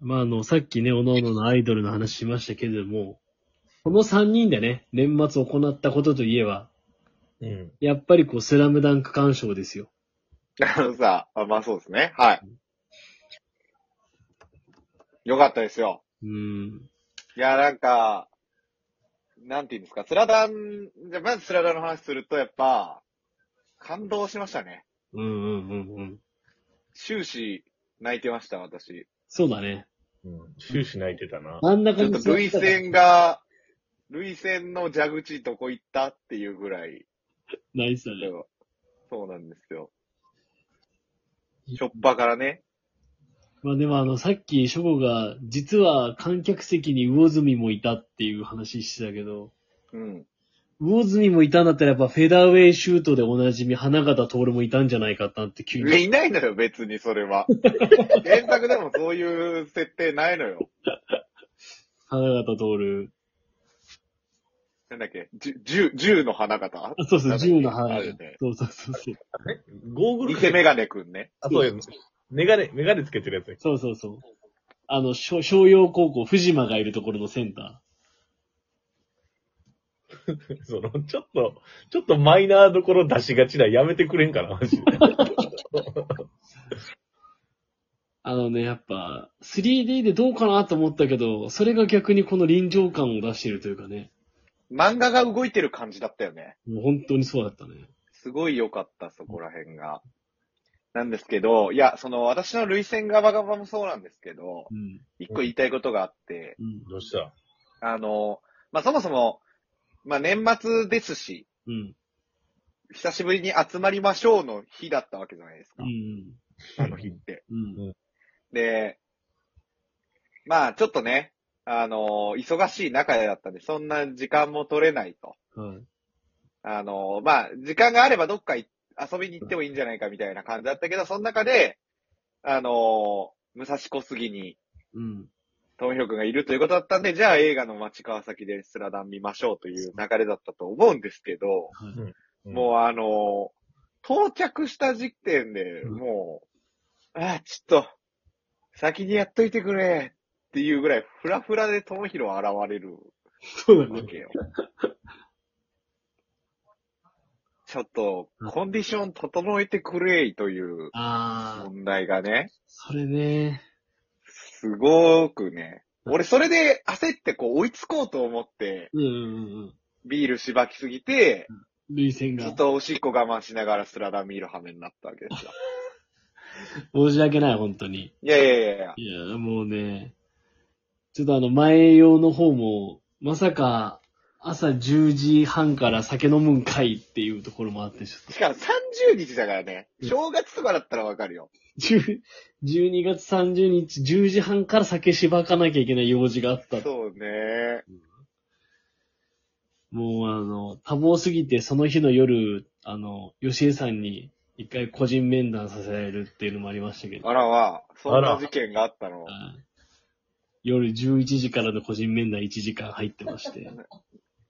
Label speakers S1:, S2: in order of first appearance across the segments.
S1: まあ、あの、さっきね、おのおののアイドルの話しましたけれども、この3人でね、年末行ったことといえば、
S2: うん。
S1: やっぱりこう、スラムダンク鑑賞ですよ。
S3: あのさ、あまあそうですね。はい。よかったですよ。
S1: うん。
S3: いや、なんか、なんて言うんですか、スラダン、じゃあまずスラダンの話すると、やっぱ、感動しましたね。
S1: うんうんうんうん。
S3: 終始、泣いてました、私。
S1: そうだね。
S2: うん。終始泣いてたな。
S1: 真ん
S3: ち
S1: 中
S3: ょっ
S1: に
S3: と、
S1: 座
S3: 類
S1: ったら
S3: 線が、類線の蛇口どこ行ったっていうぐらい、
S1: 泣いてたね。
S3: そうなんですよ。しょっぱからね。
S1: まあでもあの、さっき、ショゴが、実は観客席に魚住もいたっていう話してたけど、
S3: うん。
S1: 魚住もいたんだったらやっぱフェダーウェイシュートでおなじみ、花形徹もいたんじゃないかなって急
S3: いや
S1: に。
S3: いないのよ、別にそれ は。原作でもそういう設定ないのよ。
S1: 花形徹。
S3: なんだっけ、じゅ銃、銃の花形
S1: あ、そうそ
S3: な
S1: う、
S3: んだっけ
S1: 銃の花
S3: あ
S1: 形
S3: る。ね。
S1: そうそうそうそう。
S2: えゴーグル
S3: ニセメガネくんね。
S2: あ、そうや。メガネ、メガネつけてるやつや
S1: そうそうそう。あの、しょ商陽高校、藤間がいるところのセンタ
S2: その、ちょっと、ちょっとマイナーどころ出しがちだ。やめてくれんかな、マジで。
S1: ー。あのね、やっぱ、3D でどうかなと思ったけど、それが逆にこの臨場感を出しているというかね。
S3: 漫画が動いてる感じだったよね。
S1: もう本当にそうだったね。
S3: すごい良かった、そこら辺が。なんですけど、いや、その、私の類線側側もそうなんですけど、
S1: うん。
S3: 一個言いたいことがあって、
S1: うん。
S2: どうした
S3: あの、まあ、そもそも、まあ、年末ですし、
S1: うん。
S3: 久しぶりに集まりましょうの日だったわけじゃないですか
S1: う。ん。
S3: あの日って。
S1: うん。
S3: で、まあちょっとね、あのー忙しい中だったんで、そんな時間も取れないと。
S1: はい。
S3: あのーまあ時間があればどっかい遊びに行ってもいいんじゃないかみたいな感じだったけど、その中で、あのー武蔵小杉に、
S1: うん。
S3: トンヒョクがいるということだったんで、じゃあ映画の街川崎でスラダン見ましょうという流れだったと思うんですけど、
S1: はい。
S3: もうあのー到着した時点で、
S1: うん
S3: もう、ああ、ちょっと、先にやっといてくれっていうぐらい、フラフラで友広現れる
S1: そうだ
S3: わ
S1: ね。
S3: けよ。ちょっと、コンディション整えてくれという
S1: ああ、
S3: 問題がね、
S1: それね。
S3: すごくね、俺それで焦ってこう追いつこうと思って、
S1: うんうんうん。
S3: ビールしばきすぎて、
S1: 類線
S3: ずっ
S1: が。
S3: とおしっこ我慢しながらスラダン見る羽目になったわけですよ。
S1: 申し訳ない、本当に。
S3: いやいやいやいや。
S1: いや、もうね。ちょっとあの、前用の方も、まさか、朝10時半から酒飲むんかいっていうところもあって、ちょっと。
S3: しかも30日だからね。
S1: うん
S3: 正月とかだったらわかるよ。
S1: 10 12月30日、10時半から酒しばかなきゃいけない用事があった。
S3: そうね。
S1: もうあの、多忙すぎて、その日の夜、あの、吉江さんに一回個人面談させられるっていうのもありましたけど、
S3: あらは、そん
S2: あ
S3: な
S2: ら
S3: 事件があったの。
S1: はい夜11時からの個人面談1時間入ってまして、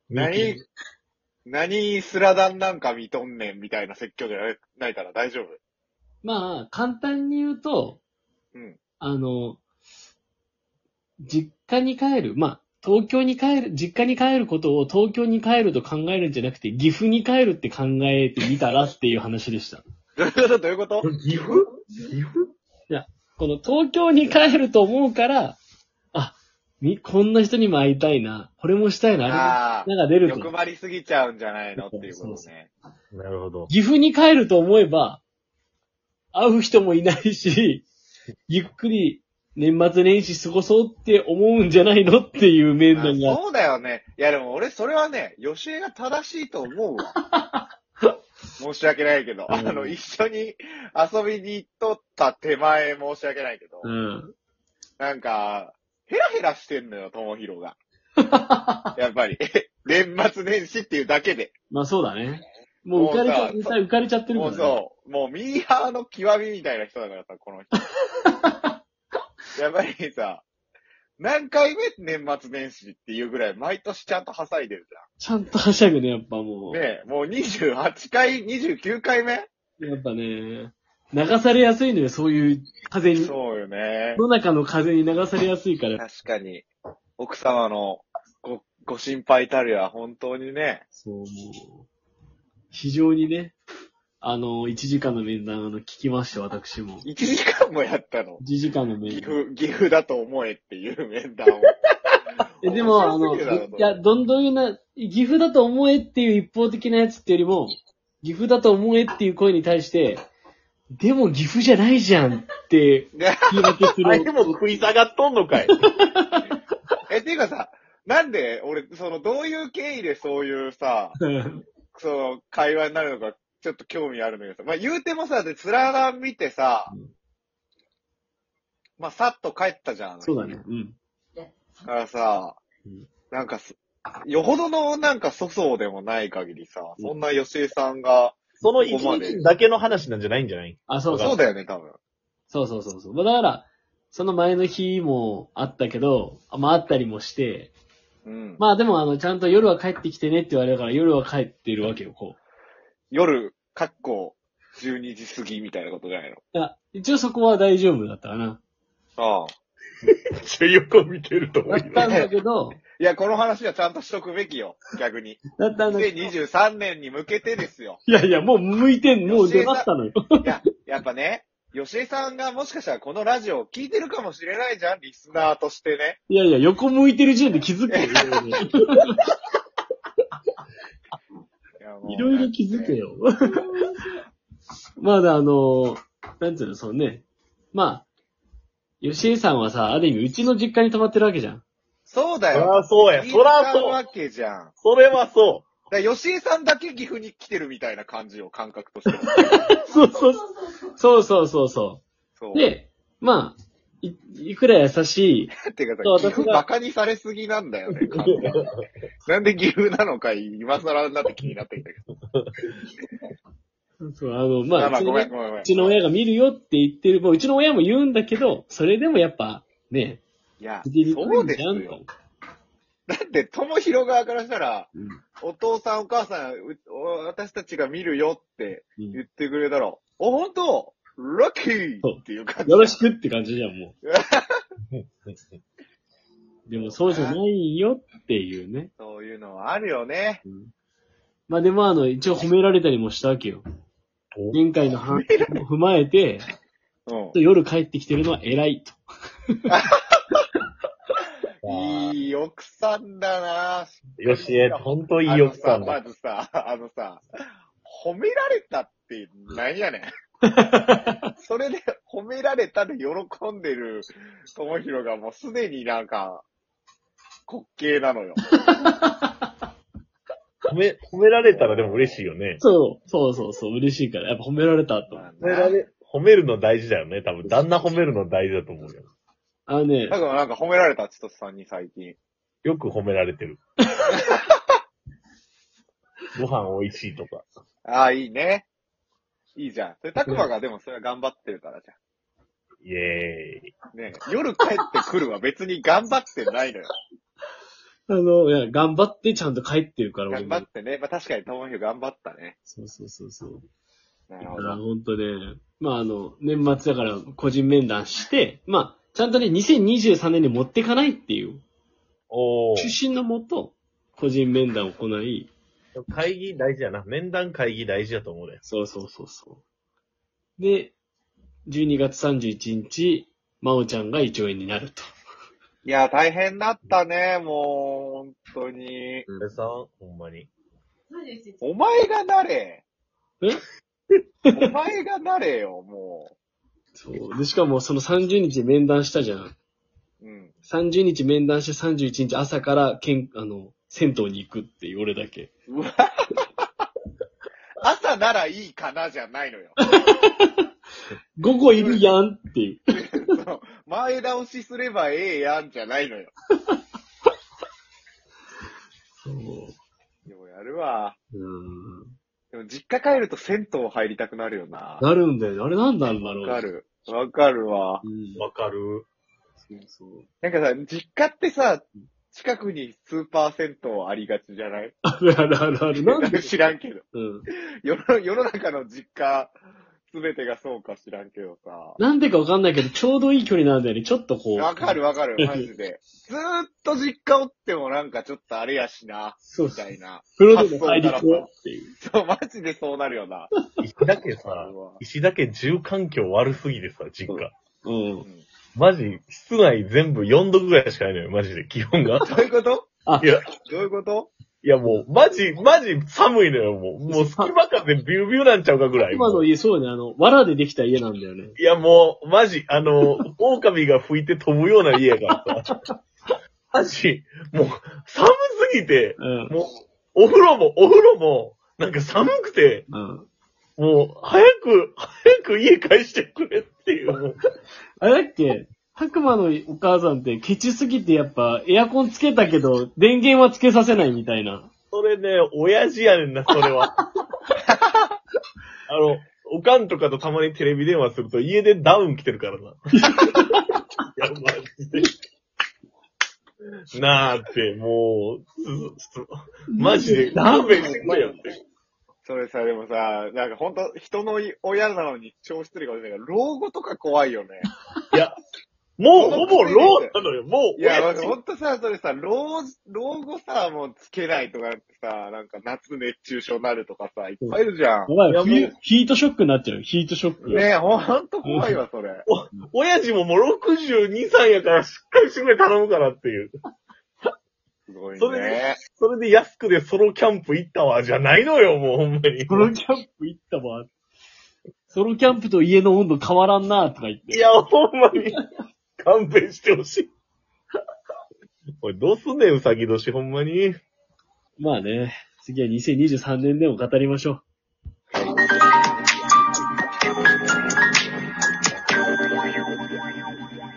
S3: 何、何スラダンなんか見とんねんみたいな説教じゃないないから大丈夫。
S1: まあ、簡単に言うと、
S3: うん。
S1: あの、実家に帰る、まあ、東京に帰る、実家に帰ることを東京に帰ると考えるんじゃなくて、岐阜に帰るって考えてみたらっていう話でした。
S3: どういうことどういうこと
S2: 岐阜岐阜
S1: この東京に帰ると思うから、あ、み、こんな人にも会いたいな、これもしたいな、あ
S3: あ
S1: れもなんか出
S3: あ、
S1: る
S3: 欲
S1: と。
S3: 張りすぎちゃうんじゃないのっていうこ
S1: そう
S3: と
S1: そ
S3: ね。
S2: なるほど。
S1: 岐阜に帰ると思えば、会う人もいないし、ゆっくり年末年始過ごそうって思うんじゃないのっていう面
S3: あ
S1: 談が。
S3: そうだよね。いやでも俺それはね、吉江が正しいと思うわ。 申し訳ないけど、あの、一緒に遊びに行っとった手前申し訳ないけど。
S1: うん。
S3: なんか、ヘラヘラしてんのよ、ともひ ろが。やっぱり。 年末年始っていうだけで。
S1: まあそうだね。もう浮かれちゃ、
S3: もうさ
S1: 浮かれちゃってるから、
S3: もう
S1: ね。
S3: そう。もうミーハーの極みみたいな人だからさ、こ の人。やっぱりさ、何回目年末年始っていうぐらい毎年ちゃんと挟いでるじ
S1: ちゃんとはしゃぐね、やっぱも
S3: ゃん。
S1: う。
S3: ねえ、もう28回、29回目
S1: やっぱね、流されやすいのよ、そういう風に。世
S3: そうよね。
S1: の中の風に流されやすいから。
S3: 確かに、奥様のご、ご心配たるや、本当にね。
S1: そう、もう。非常にね、あの、1時間の面談、あの、聞きまして、私も。
S3: 1時間もやったの。
S1: 1時間の
S3: 岐
S1: 面談。
S3: 阜、岐阜だと思えっていう面談を。
S1: えでも、あの、
S3: 面白すぎる
S1: い
S3: な
S1: や、どんどんいうな、岐阜だと思えっていう一方的なやつってよりも、岐阜だと思えっていう声に対して、でも岐阜じゃないじゃんって、言い訳す
S2: あれ
S1: る。
S2: も食い下がっとんの かい。
S3: え、っていうかさ、なんで、俺、その、どういう経緯でそういうさ、その、会話になるのか、ちょっと興味あるんだけどさ。まあ、言うてもさ、で、つらら見てさ
S1: うん、
S3: まあ、さっと帰ったじゃ ん。
S1: そうだね。うん。
S3: だからさ
S1: うん、
S3: なんかす、よほどのなんか粗相でもない限りさ、
S1: うん
S3: そんな吉江さんが、
S2: その一日だけの話なんじゃないんじゃない
S1: あ、そうそう
S3: そうだよね、多分。
S1: そうそうそうそう。まあだから、その前の日もあったけど、あまああったりもして、
S3: うん。
S1: まあでもあの、ちゃんと夜は帰ってきてねって言われるから、夜は帰ってるわけよ、こ
S3: 夜、かっこ、12時過ぎみたいなことじゃないの。
S1: う。いや、一応そこは大丈夫だったかな。
S3: ああ。
S2: めっちゃ横見てると思
S1: だ
S2: う
S1: っ
S2: よ。
S1: たんだけど、
S3: いや、この話はちゃんとしとくべきよ、逆に。
S1: だったんだけど、い
S3: 2023年に向けてですよ。
S1: やいや、もう向いてん、もう出ましたのよ。
S3: いや、やっぱね、吉江さんがもしかしたらこのラジオを聞いてるかもしれないじゃん、リスナーとしてね。
S1: いやいや、横向いてる時点で気づ けよ。いろいろ気づけよ。
S3: よ。
S1: まだあの、なんていうの、そうね。まあ、吉江さんはさ、ある意味、うちの実家に泊まってるわけじゃん。
S3: そうだよ。
S2: ああ、そうや。そ
S3: 聞
S2: ら
S3: いた
S2: そう。
S3: わけじゃん。
S2: それはそ
S3: だから吉井さんだけ岐阜に来てるみたいな感じを感覚としてる。
S1: そうそう。そうそうそうそ
S3: そう
S1: う。。で、まあ、い、いくら優しい、
S3: てかさ
S1: そう、私
S3: 岐
S1: が
S3: 阜馬鹿にされすぎなんだよね、 完全になんで岐阜なのか今更になって気になってきたけど。
S1: そうあの、
S3: ま
S1: まあ、う
S3: あまあ、
S1: ち
S3: ご
S1: の
S3: めん
S1: ね
S3: ごめんごめん。
S1: うちの親が見るよって言ってる、もううちの親も言うんだけど、それでもやっぱ、ね、
S3: いや、
S1: 聞きに
S3: そ
S1: くい
S3: うんです
S1: じゃん
S3: よ。
S1: と。
S3: だって、友広側からしたら、
S1: うん
S3: お父さんお母さん、うお私たちが見るよって
S1: うん
S3: 言ってくれたら、お、ほんとラッキーっていう感じ。
S1: よろしくって感じじゃん、も
S2: う。
S1: う。でもそうじゃないよっていうね。
S3: そういうのはあるよね。
S1: まあでもあの、一応褒められたりもしたわけよ。前回の反省も踏まえて、
S3: うん。
S1: 夜帰ってきてるのは偉いと。
S2: い
S3: いい奥さんだなぁ。
S2: よしえ、ほんといい奥さん
S3: あの
S2: だ。
S3: さまずさ、あのさ、褒められたって何 やねん。それで褒められたで喜んでる友広がもうすでになんか、滑稽なのよ。
S2: 褒め、褒められたらでも嬉しいよね。
S1: そう、そうそうそう、嬉しいから。やっぱ褒められたと。
S3: まあ
S2: 褒められ、褒めるの大事だよね。多分、旦那褒めるの大事だと思うよ。
S1: あのね
S3: だ、からなんか褒められたちとさんに最近。
S2: よく褒められてる。 ご飯美味しいとか。
S3: ああ、いいね。いいじゃん。それ、たくまがでもそれは頑張ってるからじゃ
S2: イエーイ。
S3: ん。ねえ夜帰ってくるは別に頑張ってない のよ。
S1: あの、いや、頑張ってちゃんと帰ってるから、俺
S3: 頑張
S1: も
S3: っ。てね。まあ確かに友広頑張ったね。
S1: そうそうそうそう。
S3: な
S1: だ
S3: る
S1: か
S3: ほ
S1: ら
S3: ど。
S1: 本当ね、まああの、年末だから個人面談して、まあ、ちゃんとね、2023年に持ってかないっていう、
S2: おー。
S1: 出身のもと、個人面談を行い、
S2: 会議大事やな。面談会議大事だと思うね。
S1: そうそうそうそう。で、12月31日、まおちゃんが胃腸炎になると。
S3: いや、大変だったね、もう、本当に。
S2: 俺さん、ほんまに。
S3: お前がなれ。
S1: え
S3: お前がなれよ、も
S1: そう。で、しかもその30日面談したじゃん。
S3: う。うん。
S1: 30日面談して31日朝からけん、あの、銭湯に行くっていう俺だけ。
S3: うわ朝ならいいかなじゃないのよ。
S1: 午後いるやんっていう。
S3: そう前倒しすればええやんじゃないのよ。
S1: そう。
S3: ようやるわ。
S1: うん。
S3: でも実家帰ると銭湯入りたくなるよな。
S1: なるんだよね。あれなんなんだろう。
S3: わか。る。わかるわ。
S1: うん。
S2: わかる
S1: そうそう。
S3: なんかさ、実家ってさ、近くにスーパー銭湯ありがちじゃない
S1: あるあるあるある。なんで
S3: 知らんけど。
S1: うん。
S3: 世の世の中の実家、すべてがそうか知らんけどさ。
S1: なんでかわかんないけど、ちょうどいい距離なんだよね。ちょっとこう。
S3: わかるわかる、マジで。ずーっと実家おってもなんかちょっとあれやしな、
S1: そう
S3: み
S1: そ
S3: た
S1: う。
S3: いな。
S1: 風呂でも入りこうっていう。
S3: そう、マジでそうなるよな。
S2: 石だけさ、 石だけ住環境悪すぎてさ、実家。
S1: うん。
S3: うん
S2: マジ、室内全部4度ぐらいしかないのよ、マジで、気温 が。
S3: どういうこと
S1: あ
S2: いや、
S3: どういうこと
S2: いやもう、マジ、マジ寒いのよ、もう。もう隙間風ビュービューなんちゃうかぐらい。
S1: 今の家、そうね、あの、藁でできた家なんだよね。
S2: いやもう、マジ、あの、狼が吹いて飛ぶような家やからさ。マジ、もう、寒すぎて、
S1: うん。
S2: もう、お風呂も、お風呂も、なんか寒くて、
S1: うん。
S2: もう、早く、早く家返してくれっていう。もう
S1: あれだっけ白馬のお母さんってケチすぎてやっぱエアコンつけたけど電源はつけさせないみたいな。
S2: それね、親父やねんな、それ は。あの、おかんとかとたまにテレビ電話すると家でダウン来てるから な。いや、マジで。なあって、もう、すすマジで、
S1: ダウン
S2: 勘弁してくれよって。
S3: それさ、でもさ、なんかほんと人の親なのに超失礼かもしれないけど、老後とか怖いよね。
S2: いや、もう、ほぼローなのよ、もう。
S3: いや、な
S2: 親
S3: ん
S2: 父
S3: かほんとさ、それさ、老、老後さ、もうつけないとかってさ、なんか夏熱中症になるとかさ、いっぱいいるじゃん。
S1: 怖い
S2: やもう
S1: 冬ヒートショックになっちゃうよヒートショック。
S3: ねえ、ほんと怖いわ、それ。
S2: 親父ももう62歳やからしっかりしてくれ頼むからっていう。
S3: すごい
S2: それで
S3: ね。
S2: それで安くでソロキャンプ行ったわ、じゃないのよ、もうほんまに。
S1: ソロキャンプ行ったわ。ソロキャンプと家の温度変わらんなとか言って。
S2: いや、ほんまに、勘弁してほしい。おい、どうすんねん、うさぎ年、ほんまに。
S1: まあね、次は2023年でも語りましょう。